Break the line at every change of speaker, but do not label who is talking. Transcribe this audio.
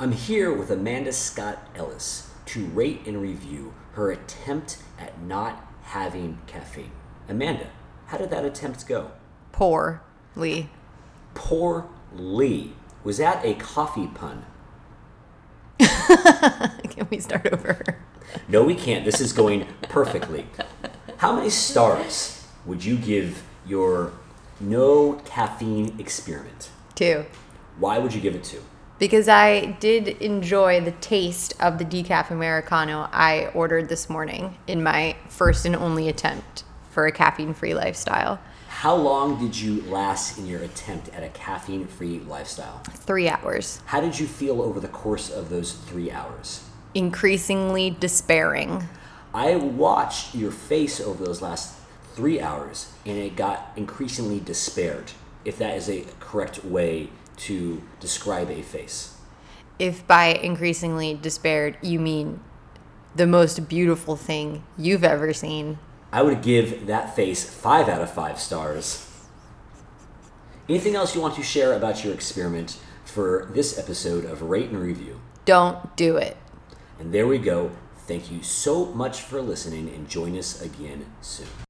I'm here with Amanda Scott Ellis to rate and review her attempt at not having caffeine. Amanda, how did that attempt go?
Poorly.
Poor Lee. Was that a coffee pun?
Can we start over?
No, we can't. This is going perfectly. How many stars would you give your no caffeine experiment?
Two.
Why would you give it two?
Because I did enjoy the taste of the decaf Americano I ordered this morning in my first and only attempt for a caffeine free lifestyle.
How long did you last in your attempt at a caffeine free lifestyle?
Three hours.
How did you feel over the course of those three hours?
Increasingly despairing.
I watched your face over those last three hours, and it got increasingly despaired, if that is a correct way to describe a face.
If by increasingly despaired you mean the most beautiful thing you've ever seen,
I would give that face five out of five stars. Anything else you want to share about your experiment for this episode of Rate and Review?
don't do it.
And there we go. Thank you so much for listening and join us again soon.